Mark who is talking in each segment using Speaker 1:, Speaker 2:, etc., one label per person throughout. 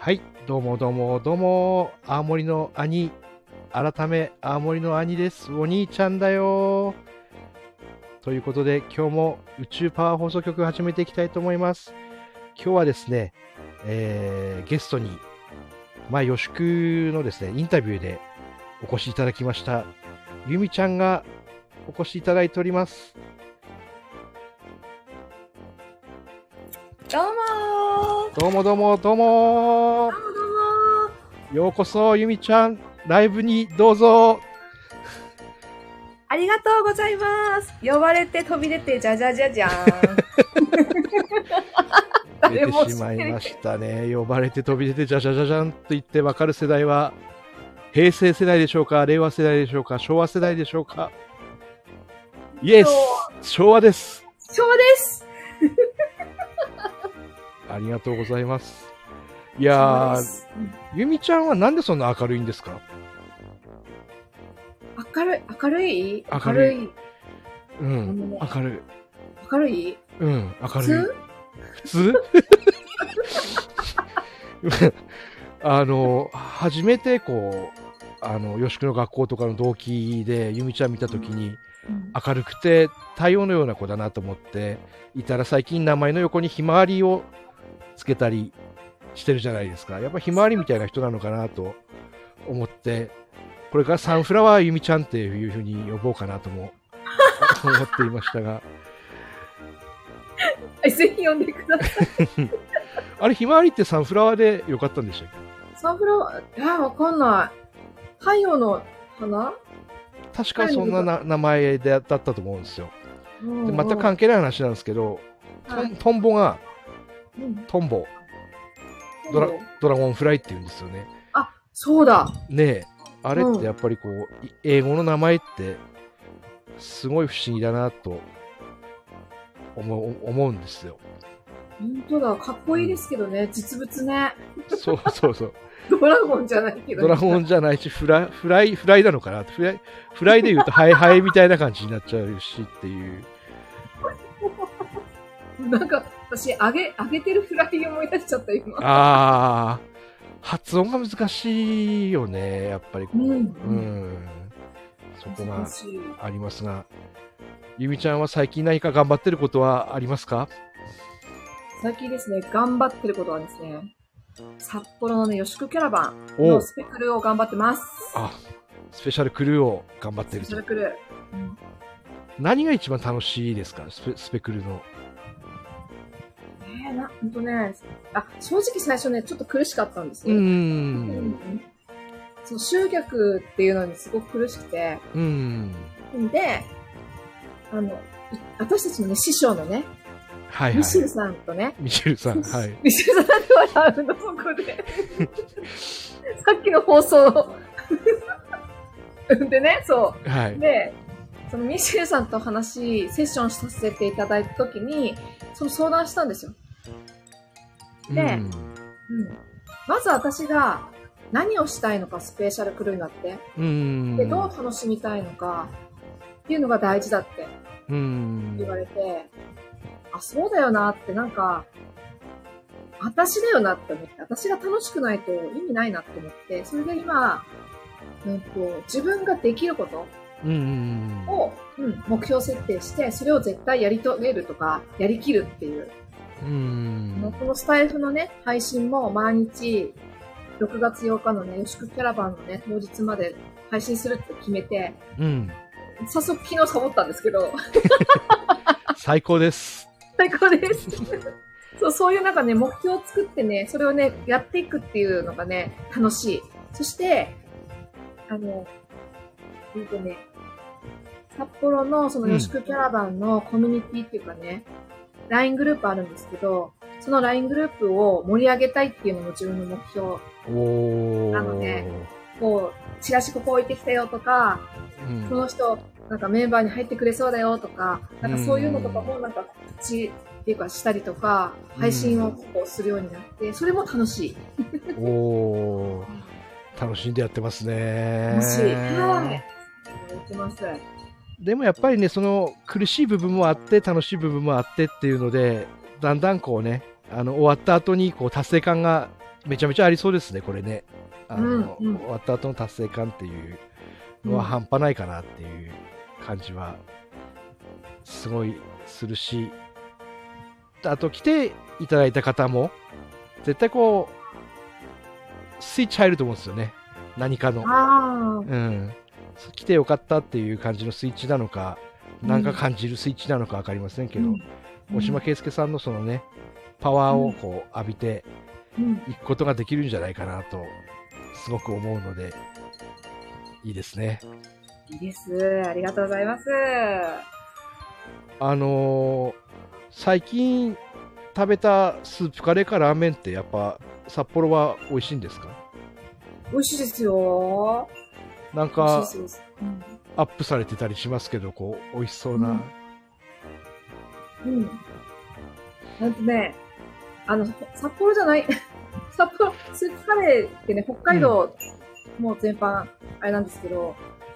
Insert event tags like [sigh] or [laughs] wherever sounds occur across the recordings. Speaker 1: はい、どうもどうもどうも、青森の兄、改め青森の兄です、お兄ちゃんだよ。ということで、今日も宇宙パワー放送局始めていきたいと思います。今日はですね、えーゲストに、まあ、予祝のですね、インタビューでお越しいただきました、ゆみちゃんがお越しいただいております。
Speaker 2: どうも
Speaker 1: どうもどうもどうも
Speaker 2: ーどうもー
Speaker 1: ようこそ、ゆみちゃん、ライブにどうぞ。
Speaker 2: ありがとうございます呼ばれて飛び出てじゃじゃじゃじゃーん
Speaker 1: 出
Speaker 2: 誰も
Speaker 1: て
Speaker 2: 知
Speaker 1: し
Speaker 2: っ
Speaker 1: ま
Speaker 2: て
Speaker 1: い
Speaker 2: る
Speaker 1: ましたね。呼ばれて飛び出て、じゃじゃじゃじゃんと言って分かる世代は、平成世代でしょうか、令和世代でしょうか、昭和世代でしょうか。イエス昭和です
Speaker 2: そうです
Speaker 1: ありがとうございます。いや
Speaker 2: そうで
Speaker 1: ー、
Speaker 2: す
Speaker 1: ゆみちゃんはなんでそんな明るいんですか
Speaker 2: 明るい明るい
Speaker 1: 明るいう
Speaker 2: 明るい
Speaker 1: ん、明るい。
Speaker 2: 明るい
Speaker 1: うん、明
Speaker 2: 普
Speaker 1: るい
Speaker 2: 通。
Speaker 1: 普通 [laughs] あの初めてこうあの吉久の学校とかの同期で由美ちゃん見た時に
Speaker 2: うん
Speaker 1: 明るくて太陽のような子だなと思っていたら最近名前の横にひまわりをつけたりしてるじゃないですかやっぱひまわりみたいな人なのかなと思ってこれからサンフラワー由美ちゃんっていうふうに呼ぼうかなとも思っていましたが
Speaker 2: はいぜひ呼んでください
Speaker 1: あれひまわりってサンフラワーでよかったんでしたっけ
Speaker 2: サンフラワーあーわかんない太陽の花
Speaker 1: 確かそんなな名前でだったと思うんですよ。で
Speaker 2: 全
Speaker 1: 全く関係ない話なんですけど、トントンボがトンボ、ドラドラゴンフライって言うんですよね。
Speaker 2: そうだ
Speaker 1: ねえ、あれっ
Speaker 2: うん
Speaker 1: てやっぱりこう、い英語の名前って、すごい不思議だなと思う思うんですよ。
Speaker 2: 本当だかっこいいですけどね実物ね
Speaker 1: そう [laughs] そうそう。
Speaker 2: ドラゴンじゃないけど
Speaker 1: ドラゴンじゃないし、フラフライ、フライなのかなフライ、フライで言うと、
Speaker 2: [laughs]
Speaker 1: ハイハイみたいな感じになっちゃうしっていう。
Speaker 2: なんか私揚げ揚げてるフライ思い出しちゃった今
Speaker 1: ああ、発音が難しいよね、やっぱりこう。
Speaker 2: うん
Speaker 1: うん、そこが
Speaker 2: 難しい
Speaker 1: ありますが、ゆみちゃんは最近何か頑張ってることはありますか
Speaker 2: 最近ですね、頑張ってることはですね、札幌のね、吉久キャラバン
Speaker 1: お
Speaker 2: の
Speaker 1: う
Speaker 2: スペクルを頑張ってます。
Speaker 1: あスペシャルクルーを頑張ってる
Speaker 2: ス
Speaker 1: と
Speaker 2: ペ。クル。うん
Speaker 1: 何が一番楽しいですかスペスペクルの。
Speaker 2: えー、な、ほんとね、あ、正直最初ね、ちょっと苦しかったんです
Speaker 1: う
Speaker 2: よ。
Speaker 1: ん。
Speaker 2: その集客っていうのにすごく苦しくて、
Speaker 1: うん。
Speaker 2: んで、あの、い私たちのね、師匠のね、
Speaker 1: はいはい。
Speaker 2: ミシルさんとね、
Speaker 1: ミシルさん。はい。
Speaker 2: ミシルさんって笑うの、そこ
Speaker 1: [laughs]
Speaker 2: で。さっきの放送を [laughs] でね、そう。
Speaker 1: はい。
Speaker 2: で、そのミシェルさんと話、セッションさせていただいたときに、その相談したんですよ。
Speaker 1: う
Speaker 2: で
Speaker 1: ん。
Speaker 2: うん。まず私が何をしたいのか、スペシャルクルーになって、
Speaker 1: うん。
Speaker 2: で、どう楽しみたいのか、っていうのが大事だって
Speaker 1: うん。
Speaker 2: 言われて、あ、そうだよなって、なんか、私だよなって思って、私が楽しくないと意味ないなって思って、それで今、うんと、自分ができること、
Speaker 1: うん。
Speaker 2: を、うん、目標設定して、それを絶対やり遂げるとか、やりきるっていう。
Speaker 1: うん。
Speaker 2: このスタイフのね、配信も毎日、6月8日のね、吉久キャラバンのね、当日まで配信するって決めて、
Speaker 1: うん。
Speaker 2: 早速昨日サボったんですけど、
Speaker 1: 最高です。
Speaker 2: 最高
Speaker 1: [laughs]
Speaker 2: です。そう、そういうなんかね、目標を作ってね、それをね、やっていくっていうのがね、楽しい。そして、あの、うんとね、札幌のその
Speaker 1: うん
Speaker 2: 吉久キャラバンのコミュニティっていうかね、LINE グループあるんですけど、その LINE グループを盛り上げたいっていうのも自分の目標。
Speaker 1: おー。
Speaker 2: なのでこう、チラシここ置いてきたよとか、
Speaker 1: うん
Speaker 2: この人、なんかメンバーに入ってくれそうだよとか、なんかそういうのとかもなんか告知っていうかしたりとか、
Speaker 1: うん
Speaker 2: 配信をこうするようになって、それも楽しい。
Speaker 1: おー楽しんでやってますね。
Speaker 2: 楽しい。はい。やってます。
Speaker 1: でもやっぱりね、その苦しい部分もあって、楽しい部分もあってっていうので、だんだんこうね、あの終わった後にこう達成感がめちゃめちゃありそうですね、これね。あの
Speaker 2: うんうん
Speaker 1: 終わった後の達成感っていうのは
Speaker 2: うん
Speaker 1: 半端ないかなっていう感じは、すごいするし、あと来ていただいた方も、絶対こう、スイッチ入ると思うんですよね、何かの。
Speaker 2: ああ、
Speaker 1: うん、来てよかったっていう感じのスイッチなのか、なんか感じるスイッチなのか分かりませんけど、
Speaker 2: うん
Speaker 1: 大島圭介さんのそのね、パワーをこう浴びて
Speaker 2: うん、
Speaker 1: いくことができるんじゃないかなと、すごく思うので、いいですね。
Speaker 2: いいです。ありがとうございます。
Speaker 1: あのー最近食べたスープカレーかラーメンって、やっぱ札幌は美味しいんですか
Speaker 2: 美味しいですよ。
Speaker 1: なん
Speaker 2: 美
Speaker 1: か
Speaker 2: 味しいです。うん
Speaker 1: アップされてたりしますけど、こう美味しそうな。
Speaker 2: うんうん。なんとね、あの、札幌じゃない、 [laughs] 札幌、スープカレーってね、北海道、もう全般、あれなんですけど、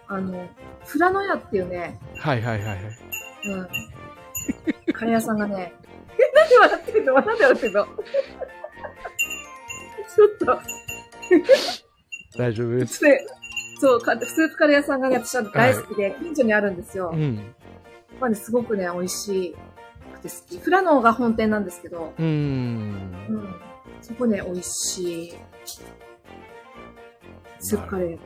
Speaker 2: あの、富良野屋っていうね、
Speaker 1: はいはいはいはい。
Speaker 2: うん。カレー屋さんがね、 [laughs] え、なんで笑ってるのなんで笑ってるの [laughs] ちょっと、
Speaker 1: 大丈夫です。
Speaker 2: つって、そう、かスープカレー屋さんがね、私は大好きで、近所にあるんですよ。
Speaker 1: うん。
Speaker 2: まあね、すごくね、美味しくて好き。富良野が本店なんですけど、
Speaker 1: うーん。
Speaker 2: うん。そこね、美味しい。スープカレー。うん。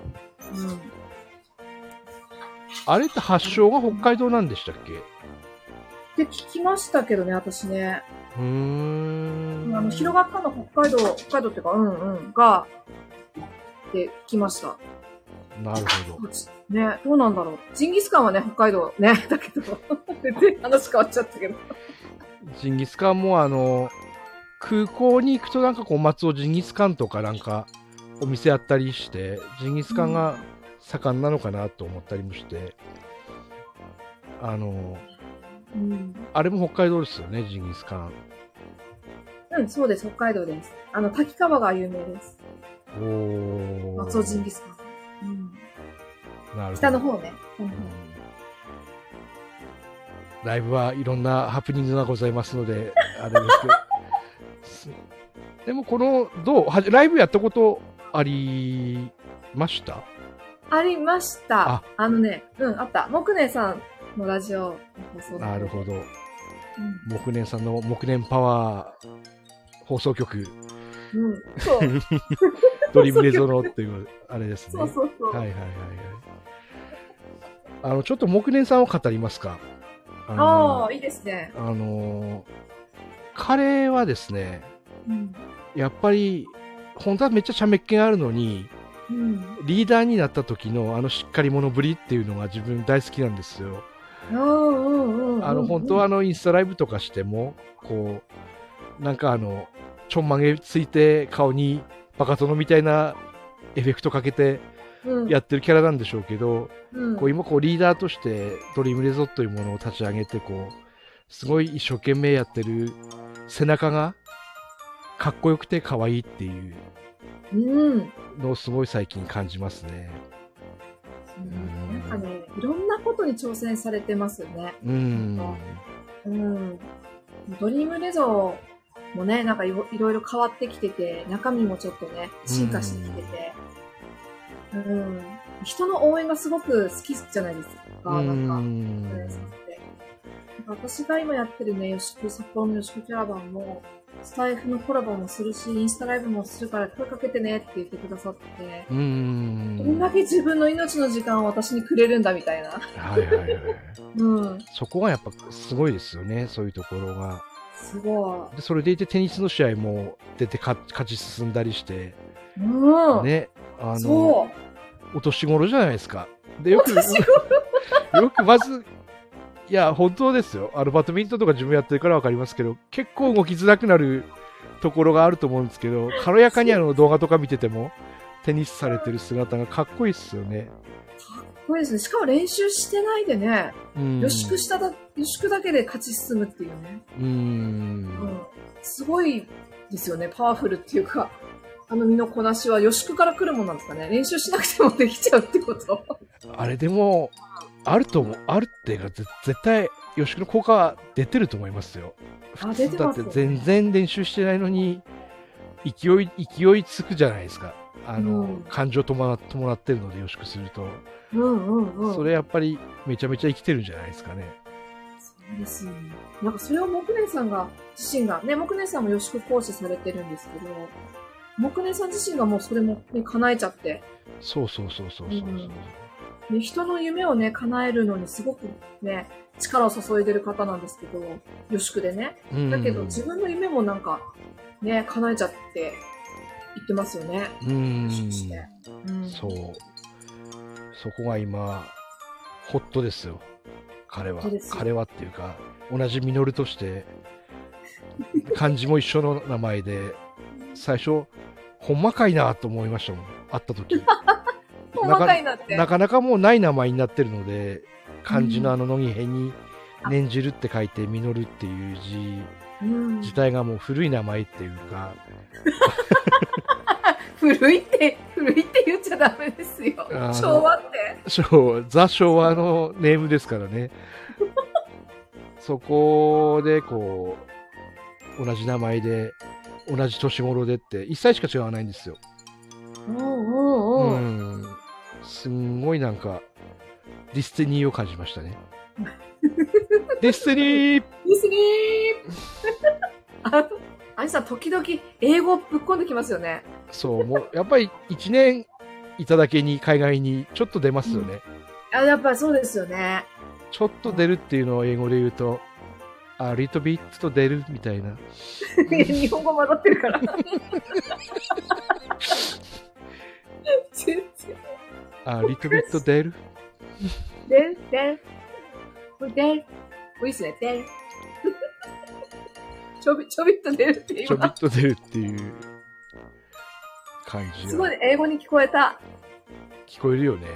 Speaker 1: あれって発祥が北海道なんでしたっけう
Speaker 2: で、聞きましたけどね、私ね。
Speaker 1: ーん。
Speaker 2: あの、広がったの北海道、北海道っていうか、うんうん、が、って聞きました。
Speaker 1: なるほど。
Speaker 2: ね、どうなんだろう。ジンギスカンはね、北海道ね、 [laughs] だけど、全然話変わっちゃったけど。
Speaker 1: ジンギスカンもあの、空港に行くとなんかこう、松尾ジンギスカンとかなんか、お店あったりして、ジンギスカンが盛んなのかなと思ったりもして、あの、
Speaker 2: うん。
Speaker 1: あれも北海道ですよね、ジンギスカン。
Speaker 2: うん、そうです、北海道です。あの、滝川が有名です。
Speaker 1: おー。
Speaker 2: 松尾ジンギスカン。
Speaker 1: な
Speaker 2: うん。
Speaker 1: るほど
Speaker 2: 北の方ね。北の
Speaker 1: う
Speaker 2: 方
Speaker 1: んライブはいろんなハプニングがございますの
Speaker 2: [laughs]
Speaker 1: で、あれですけど。すでも、この、どうはじライブやったことありました
Speaker 2: ありました。
Speaker 1: あ
Speaker 2: あのね、うん、あった。木年さんのラジオの放送
Speaker 1: なるほど。
Speaker 2: うん
Speaker 1: 木年さんの木年パワー放送局、
Speaker 2: うん、
Speaker 1: [laughs]
Speaker 2: そう、
Speaker 1: ドリブレゾロっていう、あれですね。
Speaker 2: そうそうそう。
Speaker 1: はいはいはいはい。あの、ちょっと木年さんを語りますか。あ
Speaker 2: あ
Speaker 1: の
Speaker 2: あ、いいですね。
Speaker 1: あの彼はですね、
Speaker 2: うん。
Speaker 1: やっぱり、本当はめっちゃ茶目っ気があるのに、
Speaker 2: うん。
Speaker 1: リーダーになった時のあのしっかり者ぶりっていうのが自分大好きなんですよ。
Speaker 2: ああ、うんうんうん。
Speaker 1: あの、本当はあの、インスタライブとかしても、こう、なんかあの、ちょんまげついて顔にバカ殿みたいなエフェクトかけて
Speaker 2: うん、
Speaker 1: やってるキャラなんでしょうけど、
Speaker 2: うん、
Speaker 1: こう今こうリーダーとしてドリームレゾートというものを立ち上げてこうすごい一生懸命やってる背中がかっこよくて可愛いっていう
Speaker 2: うん。
Speaker 1: のをすごい最近感じますね。ん
Speaker 2: なんかね、いろんなことに挑戦されてますよね。
Speaker 1: うん。
Speaker 2: うん。ドリームレゾーもね、なんかいろいろいろ変わってきてて、中身もちょっとね、進化してきてて。うん。人の応援がすごく好きじゃないです
Speaker 1: う
Speaker 2: か、なんか。
Speaker 1: ん
Speaker 2: なんか私が今やってるね、吉久、札幌の吉久キャラバンも、スタイフのコラボもするし、インスタライブもするから声かけてねって言ってくださって、
Speaker 1: う
Speaker 2: ど
Speaker 1: ん。
Speaker 2: んだけ自分の命の時間を私にくれるんだみたいな。
Speaker 1: はいはいはい。
Speaker 2: うん。
Speaker 1: そこがやっぱすごいですよね、そういうところが。
Speaker 2: すご
Speaker 1: でそれでいてテニスの試合も出て勝勝ち進んだりして、
Speaker 2: い。うん。
Speaker 1: ね、あの、
Speaker 2: そう。
Speaker 1: お年頃じゃないですか。で、よく、
Speaker 2: 私も
Speaker 1: よくまず、いや、本当ですよ。あの、バドミントンとか自分やってるから分かりますけど、結構動きづらくなるところがあると思うんですけど、軽やかにあの動画とか見てても、テニスされてる姿がかっこいいっすよね。
Speaker 2: これですね。しかも練習してないでね、
Speaker 1: うん。
Speaker 2: 予祝しただ、予祝だけで勝ち進むっていうね。
Speaker 1: う。
Speaker 2: うんん。すごいですよね。パワフルっていうか、あの身のこなしは予祝から来るもんなんですかね。練習しなくてもできちゃうってこと。
Speaker 1: あれでも、あると思う、あるっていうか、ぜ絶対、吉木の効果は出てると思いますよ。
Speaker 2: あ出てます
Speaker 1: だって全然練習してないのに、勢い、勢いつくじゃないですか。あの、
Speaker 2: うん
Speaker 1: 感情伴伴ってるので、吉木すると。
Speaker 2: うんうんうん。
Speaker 1: それやっぱり、めちゃめちゃ生きてるんじゃないですかね。
Speaker 2: そうですね。なんかそれを木根さんが、自身が、ね、木根さんも予祝講師されてるんですけど、木根さん自身がもうそれも、ね、叶えちゃって、
Speaker 1: そうそうそうそうそうそう。
Speaker 2: うんね、人の夢をね、叶えるのにすごくね、力を注いでる方なんですけど、予祝でね。
Speaker 1: うん
Speaker 2: だけど自分の夢もなんか、ね、叶えちゃって、言ってますよね。
Speaker 1: うん
Speaker 2: 予祝して。うん
Speaker 1: そう。そこが今、ホットですよ。彼は
Speaker 2: ホットで。すよ
Speaker 1: 彼はっていうか、同じミノルとして、漢字も一緒の名前で、最初、ほんまかいなと思いましたもん。会った
Speaker 2: [laughs]
Speaker 1: 時。
Speaker 2: 細かいなって。
Speaker 1: なかなかもうない名前になってるので、漢字のあの乃木編に、念じるって書いて、ミノルっていう字
Speaker 2: うん
Speaker 1: 自体がもう古い名前っていうか、
Speaker 2: 古いって、古いって言っちゃダメですよ
Speaker 1: あ。ー
Speaker 2: 昭和って。
Speaker 1: そう、ザ昭和のネームですからね。そこで、こう、同じ名前で、同じ年頃でって、一歳しか違わないんですよ。
Speaker 2: おうおうおう。
Speaker 1: うん。すんごいなんか、ディスティニーを感じましたね。 [laughs] ディスティニー
Speaker 2: ディズニー [laughs] あれさん、時々英語ぶっ込んできますよね。
Speaker 1: そう、もう、やっぱり一年いただけに海外にちょっと出ますよね。
Speaker 2: あやっぱりそうですよね。
Speaker 1: ちょっと出るっていうのを英語で言うと、あ、リトビットと出るみたいな。
Speaker 2: 日本語混ざってる
Speaker 1: [laughs]
Speaker 2: から。全然。
Speaker 1: あ、リトビット出る
Speaker 2: で、で、これで、ウィスね、で。 [laughs] ちょび、ちょびっと出るって
Speaker 1: ちょびっ
Speaker 2: 今。
Speaker 1: と出るっていう感じ
Speaker 2: すご
Speaker 1: が
Speaker 2: い英語に聞こえた。
Speaker 1: 聞こえるよね。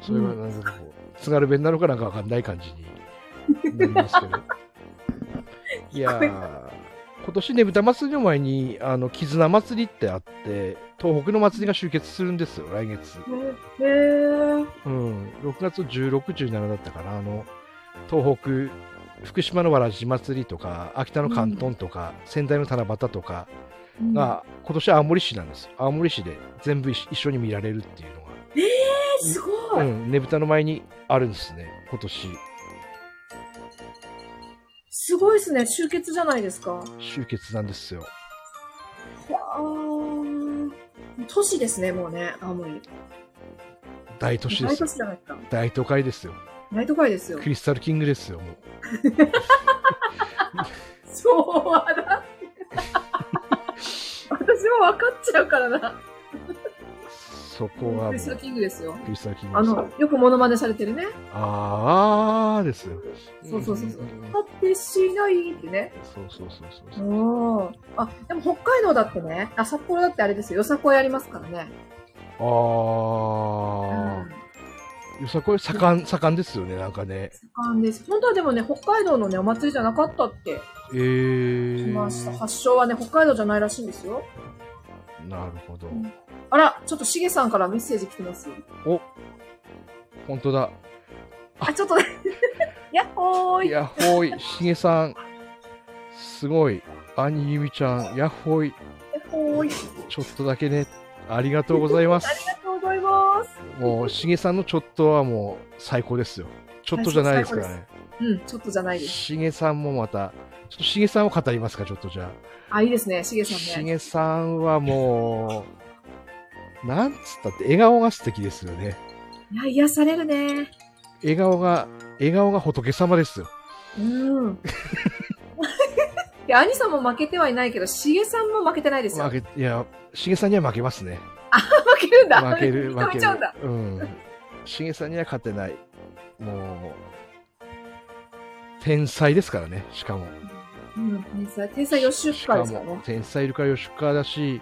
Speaker 1: それはなんかこう、津軽弁なのかなんかわかんない感じになりますけど。いやー、今年ねぶた祭りの前に、あの、絆祭りってあって、東北の祭りが集結するんですよ、来月。
Speaker 2: へへー。
Speaker 1: うん、6月16、17だったかな、あの、東北、福島のわらじ祭りとか、秋田の関東とか、仙台の七夕とか、
Speaker 2: うん
Speaker 1: が今年青森市なんです青森市で全部一一緒に見られるっていうの
Speaker 2: えすご
Speaker 1: が、
Speaker 2: い、
Speaker 1: うん、ねぶたの前にあるんですね今年
Speaker 2: すごいですね。集結じゃないですか。わ
Speaker 1: 集結なんですよ
Speaker 2: ー都市ですね、もうね、青森。
Speaker 1: 大都市で
Speaker 2: 大
Speaker 1: す
Speaker 2: 都
Speaker 1: よ
Speaker 2: 市じゃないですか。
Speaker 1: 大都会ですよ
Speaker 2: 大都会ですよ
Speaker 1: ク。リスタルキングですよもう
Speaker 2: そうはだ。私も分かっちゃうからな。
Speaker 1: そこはも
Speaker 2: ク
Speaker 1: うク
Speaker 2: リ
Speaker 1: リ
Speaker 2: スタルキングですよ。
Speaker 1: スタルキング
Speaker 2: あ
Speaker 1: です
Speaker 2: の、よくモノマネされてるね。
Speaker 1: あーですよ
Speaker 2: そうそうそうそうん
Speaker 1: んん
Speaker 2: 果てしないってね。
Speaker 1: そうそうそうそうそう
Speaker 2: おーあ、でも北海道だってね、あ、札幌だってあれですよ。よさこいありますからね。
Speaker 1: あ
Speaker 2: う
Speaker 1: ーよさこい盛ん盛んですよねなんかね
Speaker 2: ん盛んです。本当はでもね、北海道のね、お祭りじゃなかったって
Speaker 1: え
Speaker 2: 聞きました。
Speaker 1: ー、
Speaker 2: 発祥はね、北海道じゃないらしいんですよ。
Speaker 1: なるほど、
Speaker 2: うんあら、ちょっとしげさんからメッセージ来てますよ。
Speaker 1: 本当だ
Speaker 2: あ、ちょっとね、 [laughs] やっほーい。
Speaker 1: やっほーい、しげさん、すごい、兄ゆみちゃん、やっほーい、
Speaker 2: やっほーい。
Speaker 1: ちょっとだけね、ありがとうございま
Speaker 2: ありが
Speaker 1: す。
Speaker 2: とうございます。
Speaker 1: もう、しげさんのちょっとはもう最高ですよ。ちょっとじゃないですから
Speaker 2: 最
Speaker 1: ね。
Speaker 2: うん、ちょっとじゃないです。
Speaker 1: しげさんもまた、ちょっとしげさんを語りますか、ちょっとじゃ
Speaker 2: あ、いいですね、しげ
Speaker 1: あ。
Speaker 2: さ
Speaker 1: し
Speaker 2: んね。
Speaker 1: げさんはもう、なんつったって、笑顔が素敵ですよね。
Speaker 2: いや、癒されるね。
Speaker 1: 笑顔が、笑顔が仏様ですよ。
Speaker 2: うん。 [laughs] いや、兄さんも負けてはいないけど、しげさんも負けてないですよ。
Speaker 1: 負
Speaker 2: 負
Speaker 1: け、いや、しげさんには負けますね。
Speaker 2: けるんだ。
Speaker 1: 負ける負
Speaker 2: [laughs]
Speaker 1: け
Speaker 2: 認め
Speaker 1: る
Speaker 2: ちゃうんだ。
Speaker 1: うんしげさんには勝てないもう天才ですからねしかも
Speaker 2: うん、天才、天才予習
Speaker 1: し
Speaker 2: 会
Speaker 1: か
Speaker 2: ですから
Speaker 1: も
Speaker 2: ね。
Speaker 1: 天才いるから吉川だし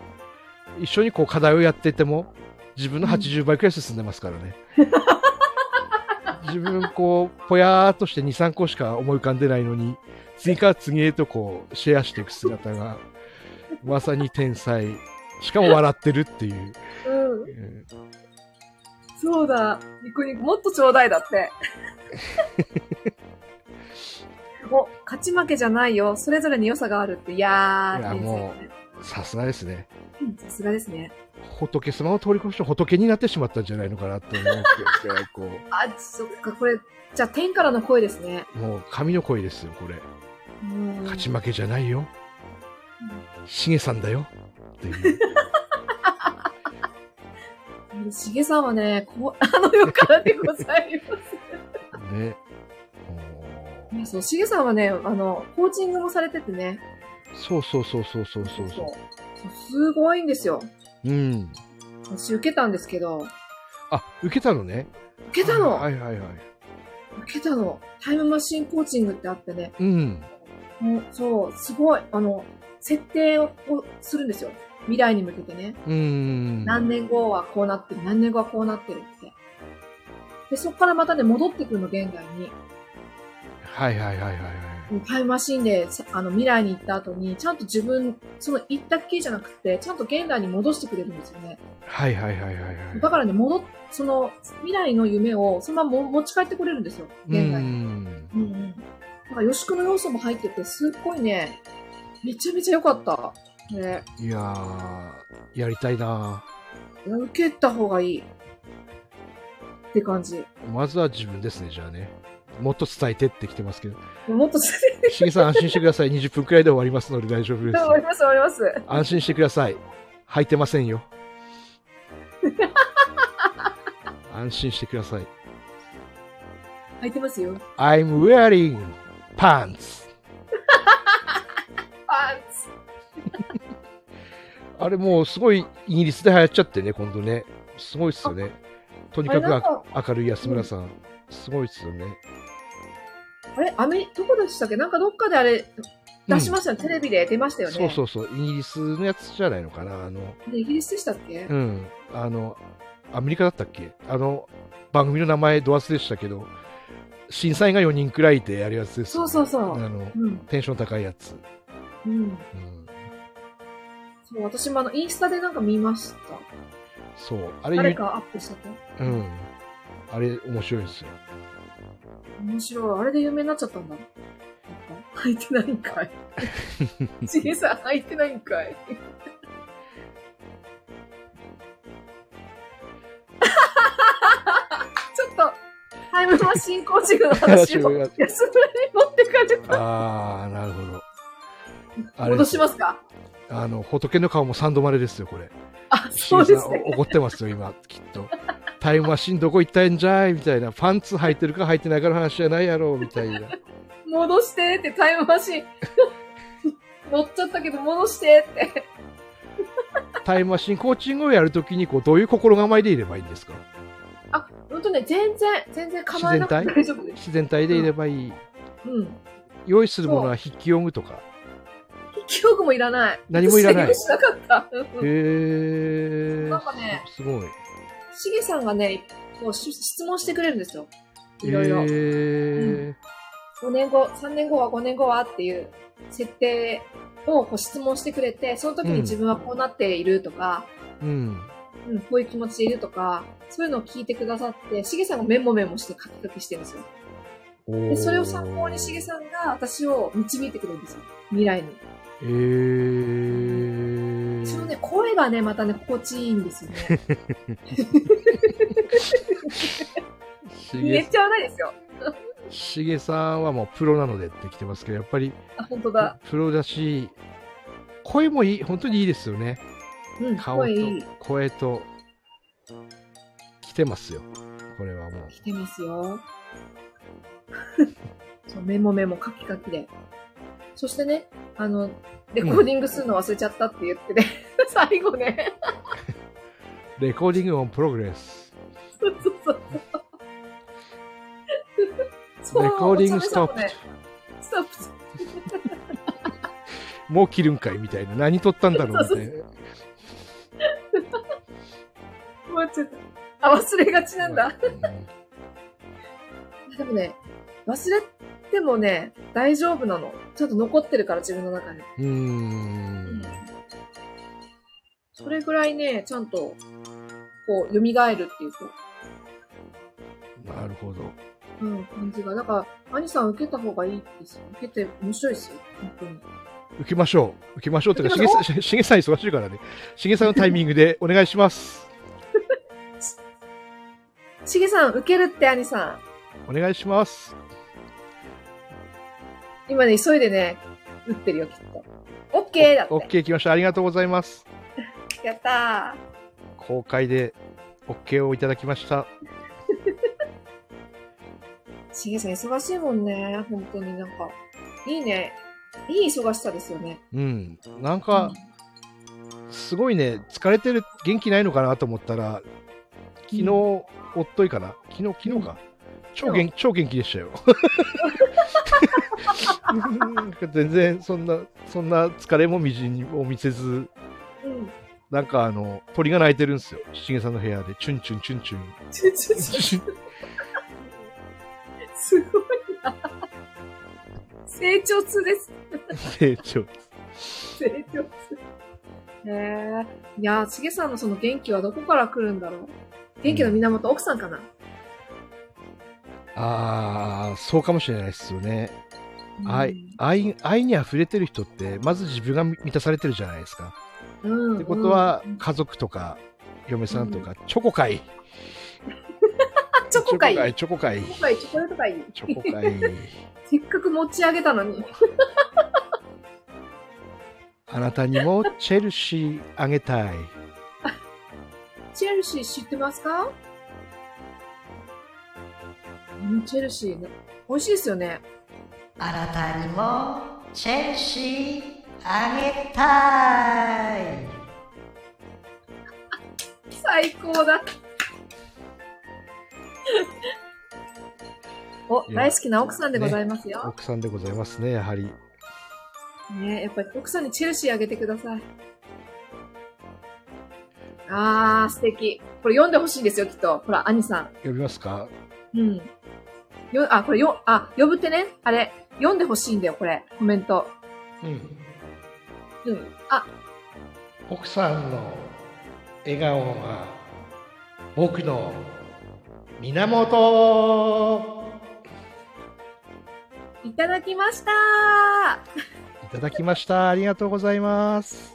Speaker 1: 一緒にこう課題をやっていても自分の80倍くらい進んでますから
Speaker 2: [laughs]
Speaker 1: ね、自分こうぽやーっとして23個しか思い浮かんでないのに次から次へとこうシェアしていく姿がまさに天才しかも笑ってるっていう、
Speaker 2: う
Speaker 1: う
Speaker 2: ん、
Speaker 1: ん
Speaker 2: そうだ。ニコニコ、もっとちょうだいだって。
Speaker 1: [laughs]
Speaker 2: お、勝ち負けじゃないよ。それぞれに良さがあるって。いやー、
Speaker 1: いや
Speaker 2: 天才
Speaker 1: もう
Speaker 2: ね
Speaker 1: さすがですね。
Speaker 2: うんさすがですね。
Speaker 1: 仏様を通り越して仏になってしまったんじゃないのかなと思う
Speaker 2: [laughs]
Speaker 1: けどこ
Speaker 2: あ、そっか、これ、じゃあ天からの声ですね。
Speaker 1: うもう神の声ですよこれ
Speaker 2: うん
Speaker 1: 勝ち負けじゃないよしげさんだよっていう
Speaker 2: しげさんはね、こうあの世からでございま
Speaker 1: ね
Speaker 2: す。
Speaker 1: も
Speaker 2: ねそう、しげさんはね、あの、コーチングもされててね。
Speaker 1: うそうそうそうそうそうそうそう
Speaker 2: すごいんですよ。
Speaker 1: うん
Speaker 2: 私受けたんですけど、
Speaker 1: あ受けたのね
Speaker 2: 受けたの、
Speaker 1: はいはいはい
Speaker 2: 受けたのタイムマシンコーチングってあってね、
Speaker 1: うん
Speaker 2: もう、そう、すごい、あの、設定をするんですよ。未来に向けてね。
Speaker 1: うん
Speaker 2: 何年後はこうなってる、何年後はこうなってるって。で、そこからまたね、戻ってくるの、現代に。
Speaker 1: はいはいはいはいはい
Speaker 2: タイムマシンでさあの未来に行った後に、ちゃんと自分、その行ったっきりじゃなくて、ちゃんと現代に戻してくれるんですよね。
Speaker 1: はいはいはいはいはい
Speaker 2: だからね、戻っ、その未来の夢をそのまま持ち帰ってくれるんですよ、
Speaker 1: う
Speaker 2: 現代に。
Speaker 1: ん
Speaker 2: うんうん。だから、予宿の要素も入ってて、すっごいね、めちゃめちゃ良かった。ね、
Speaker 1: いやーやりたいな
Speaker 2: 受けた方がいい。って感じ。
Speaker 1: まずは自分ですねじゃあねもっと伝えてってきてますけど
Speaker 2: もっと先生
Speaker 1: しげさん、安心してください。20分くらいで終わりますので大丈夫で
Speaker 2: 終わり
Speaker 1: す。
Speaker 2: ます、終わります。
Speaker 1: 安心してください。履いてません
Speaker 2: [laughs]
Speaker 1: よ。安心してください。
Speaker 2: 入ってますよ。
Speaker 1: I'm wearing pants.
Speaker 2: パンツ。
Speaker 1: あれもうすごいイギリスで流行っちゃってね、今度ね。すごいっすよね。とにか
Speaker 2: あれなん
Speaker 1: く
Speaker 2: か
Speaker 1: あ明るい安村さん。すごいっすよね。
Speaker 2: あれアメリどこでしたっけなんかどっかであれ、出しましたよ、テレビで出ましたよね。
Speaker 1: そうそうそう。イギリスのやつじゃないのかな。あの、
Speaker 2: でイギリスでしたっけ、
Speaker 1: うん。あの、アメリカだったっけあの、番組の名前、ドアスでしたけど、審査員が4人くらいでやるやつです
Speaker 2: そ
Speaker 1: よね、
Speaker 2: うそうそう。
Speaker 1: あの、
Speaker 2: うん。
Speaker 1: テンション高いやつ。
Speaker 2: うん。
Speaker 1: うん。
Speaker 2: そう、私もあの、インスタでなんか見ました。
Speaker 1: そう。あれ、
Speaker 2: 誰かアップしたと。
Speaker 1: うん。あれ、面白いですよ。
Speaker 2: 面白い。あれで有名になっちゃったんだ。なんか入ってないんかい。ちげさん、入ってないんかい。 [laughs] ちょっと、タイムマシンコーチングの話を、
Speaker 1: 違う違
Speaker 2: 安
Speaker 1: う
Speaker 2: 村に持ってかれた。
Speaker 1: あー、なるほど。あ。
Speaker 2: 戻しますすか
Speaker 1: あの、仏の顔も三度まれですよ、これ。
Speaker 2: あ、そうですね。
Speaker 1: シンさん怒ってますよ、今、きっと。タイムマシンどこ行ったんじゃいみたいな。パンツ履いてるか履いてないかの話じゃないやろ、みたいな。
Speaker 2: 戻してってタイムマシン。乗っちゃったけど戻してって。
Speaker 1: タイムマシンコーチングをやるときにこうどういう心構えでいればいいんですか
Speaker 2: あ、ほんとね、全然、全然構えなくて大丈夫です。
Speaker 1: 自然体でいればいい、
Speaker 2: うん。
Speaker 1: 用意するものは筆記用具とか
Speaker 2: 記憶もいらない。
Speaker 1: 何もいらない
Speaker 2: 私は用意しなかった。うん
Speaker 1: へえ
Speaker 2: なんかね、
Speaker 1: すごい
Speaker 2: しげさんがね、こうし質問してくれるんですよ。いろいろ。
Speaker 1: え
Speaker 2: 5年後、3年後は5年後はっていう設定をこう質問してくれて、その時
Speaker 1: うん
Speaker 2: に自分はこうなっているとか、
Speaker 1: うん
Speaker 2: うん、こういう気持ちでいるとか、そういうのを聞いてくださって、しげさんがメモメモして書き書きしてるんですよ。
Speaker 1: おー
Speaker 2: で、それを参考にしげさんが私を導いてくれるんですよ。未来に。
Speaker 1: えー
Speaker 2: そのね、声がね、またね、心地いいんですよ
Speaker 1: [laughs]
Speaker 2: ね。
Speaker 1: し
Speaker 2: め
Speaker 1: げ
Speaker 2: っちゃないですよ。
Speaker 1: しげさんはもうプロなのでってきてますけどやっぱり
Speaker 2: あ、本当だ。
Speaker 1: プロだし声もいい本当にいいですよね
Speaker 2: うん、
Speaker 1: 顔と
Speaker 2: 声いい。
Speaker 1: 声と来てますよこれはもう
Speaker 2: 来てますよ。 [laughs] そうメモメモカキカキで。そしてね、あの、レコーディングするの忘れちゃったって言ってね、 [laughs] 最後ね、
Speaker 1: レコーディングオンプログレス。
Speaker 2: そうそうそうそう。
Speaker 1: [laughs] レコーディングストッ
Speaker 2: そ
Speaker 1: プ。
Speaker 2: うお疲れ様ねストップ。
Speaker 1: もう切るんかいみたいな。何撮ったんだろうみたいな。
Speaker 2: 終わっちゃった。あ、忘れがちなんだ。
Speaker 1: う
Speaker 2: でもね、忘れてもね、大丈夫なの。ちょっと残ってるから、自分の中に。
Speaker 1: ん。うーん。
Speaker 2: それぐらいね、ちゃんと、こう、蘇るっていうか、
Speaker 1: なるほど。
Speaker 2: うん、感じが。だから、兄さん受けた方がいいですよ。受けて面白いですよ。本当に。
Speaker 1: 受けましょう。受けましょうっていうか、し
Speaker 2: 受
Speaker 1: げ
Speaker 2: け
Speaker 1: さ
Speaker 2: ま
Speaker 1: ん、ししげさん忙しいからね。しげさんのタイミング
Speaker 2: [laughs]
Speaker 1: でお願いします。
Speaker 2: しげさん、受けるって兄さん。
Speaker 1: お願いします。
Speaker 2: 今ね、急いでね、打ってるよ、きっと。オッケーだって。
Speaker 1: オッケー来ました。ありがとうございます。
Speaker 2: やった
Speaker 1: 公開で OK をいただきました。
Speaker 2: ー。しげさん、忙しいもんね。本当になんか。いいね。いい忙しさですよね。
Speaker 1: うん。なんか、すごいね、疲れてる、元気ないのかなと思ったら、昨日、
Speaker 2: うん
Speaker 1: おっといかな。昨日、昨日か。超元超元気でした
Speaker 2: [laughs]
Speaker 1: よ。なんか全然そんな、そんな疲れもみじんを見せず、
Speaker 2: うん。
Speaker 1: なんかあの、鳥が鳴いてるんですよ。しげさんの部屋で、チュンチュンチュンチュン。
Speaker 2: ちょちょちょ
Speaker 1: す
Speaker 2: すごいな。成長痛です。
Speaker 1: 成長。
Speaker 2: 成長痛。ねえ。いやー、しげさんのその元気はどこから来るんだろう。元気の源、奥さんかな。
Speaker 1: ああ、そうかもしれないですよね。は
Speaker 2: う
Speaker 1: い
Speaker 2: ん。
Speaker 1: 愛愛に溢れてる人って、まず自分が満たされてるじゃないですか。
Speaker 2: うん。
Speaker 1: ってことは
Speaker 2: うん、
Speaker 1: 家族とか、嫁さんとか、チョコ会。
Speaker 2: あ、チョコ会。
Speaker 1: チョコ会、
Speaker 2: チョコ会、チョコレート会。
Speaker 1: チョコ会。チョコ
Speaker 2: [laughs]
Speaker 1: 会。
Speaker 2: せっかく持ち上げたのに。
Speaker 1: あなたにもチェルシーあげたい。
Speaker 2: チェルシー知ってますかうんチェルシーね。美味しいですよね。
Speaker 3: あなたにもチェルシーあげたい
Speaker 2: 最高だ。お、
Speaker 1: いや
Speaker 2: 大好きな奥さんでございますよ。
Speaker 1: 奥さんでございますね、やはり。
Speaker 2: ねやっぱり奥さんにチェルシーあげてください。あー、素敵。これ読んでほしいんですよ、きっと。ほら、兄さ
Speaker 1: 呼びますか
Speaker 2: ん。うん。よ、あ、これよ、あ、呼ぶってね、あれ、読んでほしいんだよ、これ、コメント。
Speaker 1: うん。
Speaker 2: うん。あ、
Speaker 1: 奥さんの笑顔が僕の源
Speaker 2: いただきましたー
Speaker 1: いただきましたありがとうございます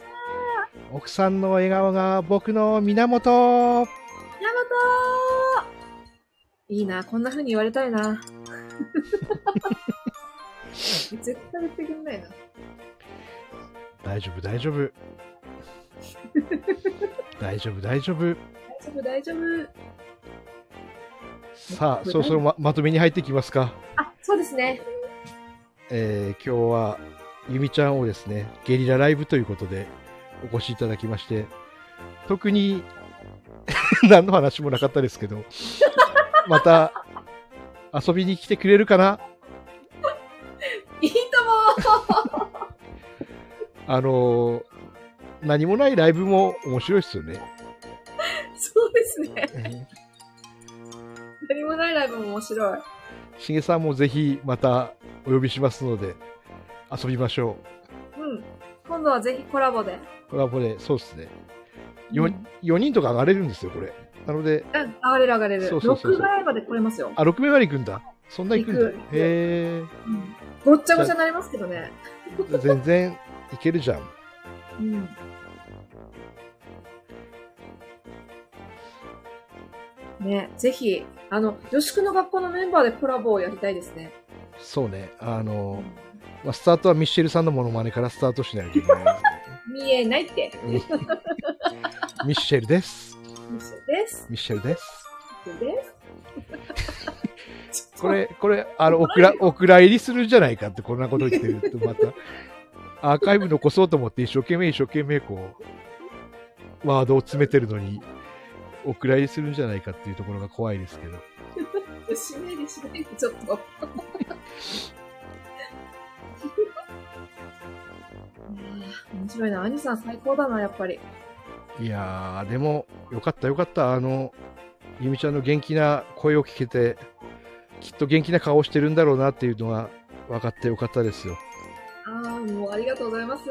Speaker 1: 奥さんの笑顔が僕の源
Speaker 2: ヤマトーいいな、こんな風に言われた
Speaker 1: [laughs]
Speaker 2: いな。絶対言ってくんないな。
Speaker 1: 大丈夫大丈夫大丈夫大丈夫
Speaker 2: 大丈夫、大丈夫。
Speaker 1: さあそろそろままとめに入ってきますか、
Speaker 2: あ、そうですね。
Speaker 1: えー今日はゆみちゃんをですねゲリラライブということでお越しいただきまして特に [laughs] 何の話もなかったですけどまた遊びに来てくれるかない
Speaker 2: いとも
Speaker 1: あのー何もないライブも面白いですよね。
Speaker 2: そうですね。何もないライブも面白い。
Speaker 1: しげさんもぜひまたお呼びしますので遊びましょ
Speaker 2: うん。今度はぜひコラボで。
Speaker 1: う。コラボで、そうですね。よ
Speaker 2: うん
Speaker 1: 4人とか上がれるんですよ、これ。なので、
Speaker 2: うん、上がれる上がれる。
Speaker 1: そうそうそうそう
Speaker 2: 6ぐらいまで来れますよ。
Speaker 1: あ、6名まで行くんだ。そんな行くんだ
Speaker 2: 行く。
Speaker 1: へ
Speaker 2: うん。ごっちゃごちゃになりますけどね。
Speaker 1: え、全然いけるじゃん。
Speaker 2: うん。ね、ぜひ、あの、女子区の学校のメンバーでコラボをやりたいですね。
Speaker 1: そうね。あのー、まあ、スタートはミッシェルさんのモノマネからスタートしないといけない。
Speaker 2: [laughs] 見えないって。
Speaker 1: ミッシェルです。
Speaker 2: ミシェです。
Speaker 1: ミッシェルです。
Speaker 2: ミシェです。
Speaker 1: これ、これ、あの、お蔵、お蔵入りするんじゃないかって、こんなこと言ってると、ま
Speaker 2: [laughs]
Speaker 1: た、アーカイブ残そうと思って、一生懸命、一生懸命、こう、ワードを詰めてるのに、お蔵入りするんじゃないかっていうところが怖いですけど、
Speaker 2: 締めにしないで、ちょっと。 [laughs] あー面白いな。兄さん最高だな、やっぱり。
Speaker 1: いやー、でも、よかった、よかった、あの、ゆみちゃんの元気な声を聞けて、きっと元気な顔してるんだろうなっていうのが分かってよかったですよ。
Speaker 2: ああ、もうありがとうございます。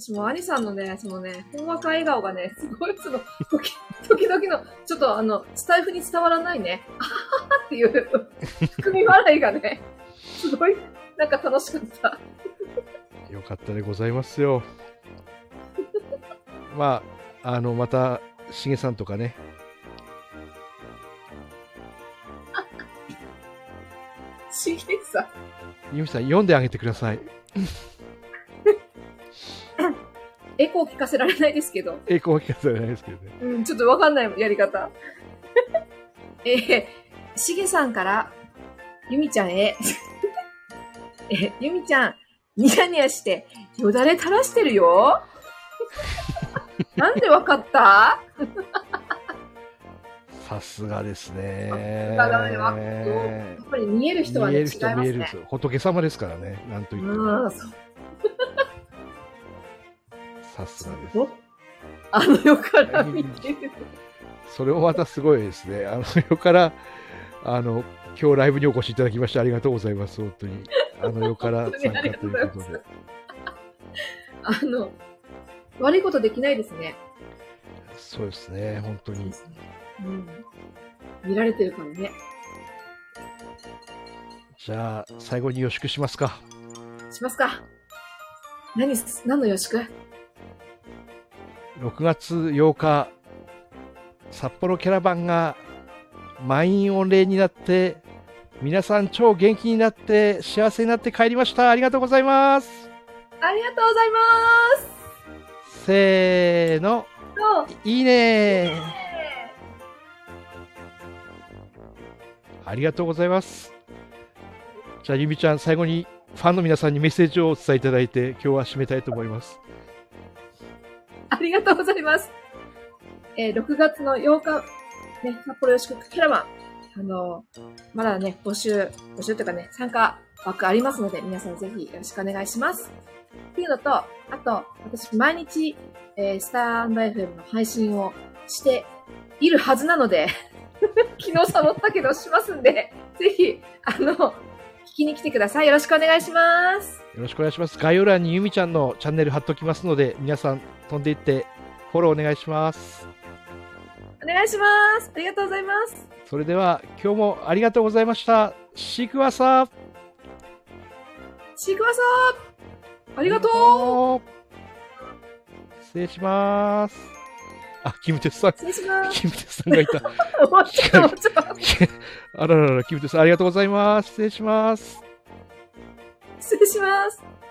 Speaker 2: 私も兄さんのね、そのね、ほんわか笑顔がね、すごいその、時時々の、ちょっとあの、スタイフに伝わらないね、あはははっていう含み笑いがねすごいなんか楽しかった
Speaker 1: よかったでございます
Speaker 2: [laughs]
Speaker 1: よ。まあ、あの、また、しげさんとかね。
Speaker 2: しげさ
Speaker 1: ゆみさん、読んであげてください。
Speaker 2: エコー聞かせられないですけど、
Speaker 1: 栄光を聞かせないですけどね。
Speaker 2: うん、ちょっとわかんないやり方 [laughs] えー、しげさんからゆみちゃんへ [laughs] えーゆみちゃんニヤニヤしてよだれ垂らしてるよ [laughs] なんでわかった
Speaker 1: さすがですね。
Speaker 2: さすがだねわやっぱり見える人は
Speaker 1: 見
Speaker 2: ね
Speaker 1: え
Speaker 2: 違い
Speaker 1: る人、
Speaker 2: ま
Speaker 1: 見え
Speaker 2: す
Speaker 1: る
Speaker 2: ね
Speaker 1: 人。仏様ですからね。なんと言っても。
Speaker 2: うんそう
Speaker 1: さすがです。
Speaker 2: おあの世から見てる
Speaker 1: それもまたすごいですね。 [laughs] あの、世から、あの、今日ライブにお越しいただきましてありがとうございます。本当に。あ [laughs] の世から参加ということで。
Speaker 2: あの悪いことできないですね
Speaker 1: そうですね。本当に。
Speaker 2: うん見られてるからね
Speaker 1: じゃあ、最後に予祝しますか。
Speaker 2: しますか何す何のよしく
Speaker 1: 6月8日、札幌キャラバンが満員御礼になって、皆さん超元気になって、幸せになって帰りました。ありがとうございます。
Speaker 2: ありがとうございます
Speaker 1: せーの、
Speaker 2: と
Speaker 1: いいねありがとうございます。じゃあ、ゆみちゃん、最後にファンの皆さんにメッセージをお伝えいただいて、今日は締めたいと思います。
Speaker 2: ありがとうございます。えー6月の8日、ね、札幌よしくキャラバン、あのーまだね、募集、募集というかね、参加枠ありますので、皆さんぜひよろしくお願いします。っていうのと、あと、私、毎日、えースタンド FM の配信をしているはずなので、 [laughs] 昨日サボったけどしますんで、ぜひ、あの、聞きに来てください。よろしくお願いします。
Speaker 1: よろしくお願いします。概要欄にゆみちゃんのチャンネル貼っときますので、皆さん飛んでいってフォローお願いします。
Speaker 2: お願いします。ありがとうございます。
Speaker 1: それでは今日もありがとうございました。シークワーサー
Speaker 2: シークワーサーあ
Speaker 1: あ
Speaker 2: りがとう
Speaker 1: う失礼します。あ、キムテツさん、
Speaker 2: 失礼しま [laughs] す
Speaker 1: キムテツさんがいた。
Speaker 2: もうちょっともうちょっと
Speaker 1: あらららら、キムテツさんありがとうございます。失礼します。
Speaker 2: 失礼します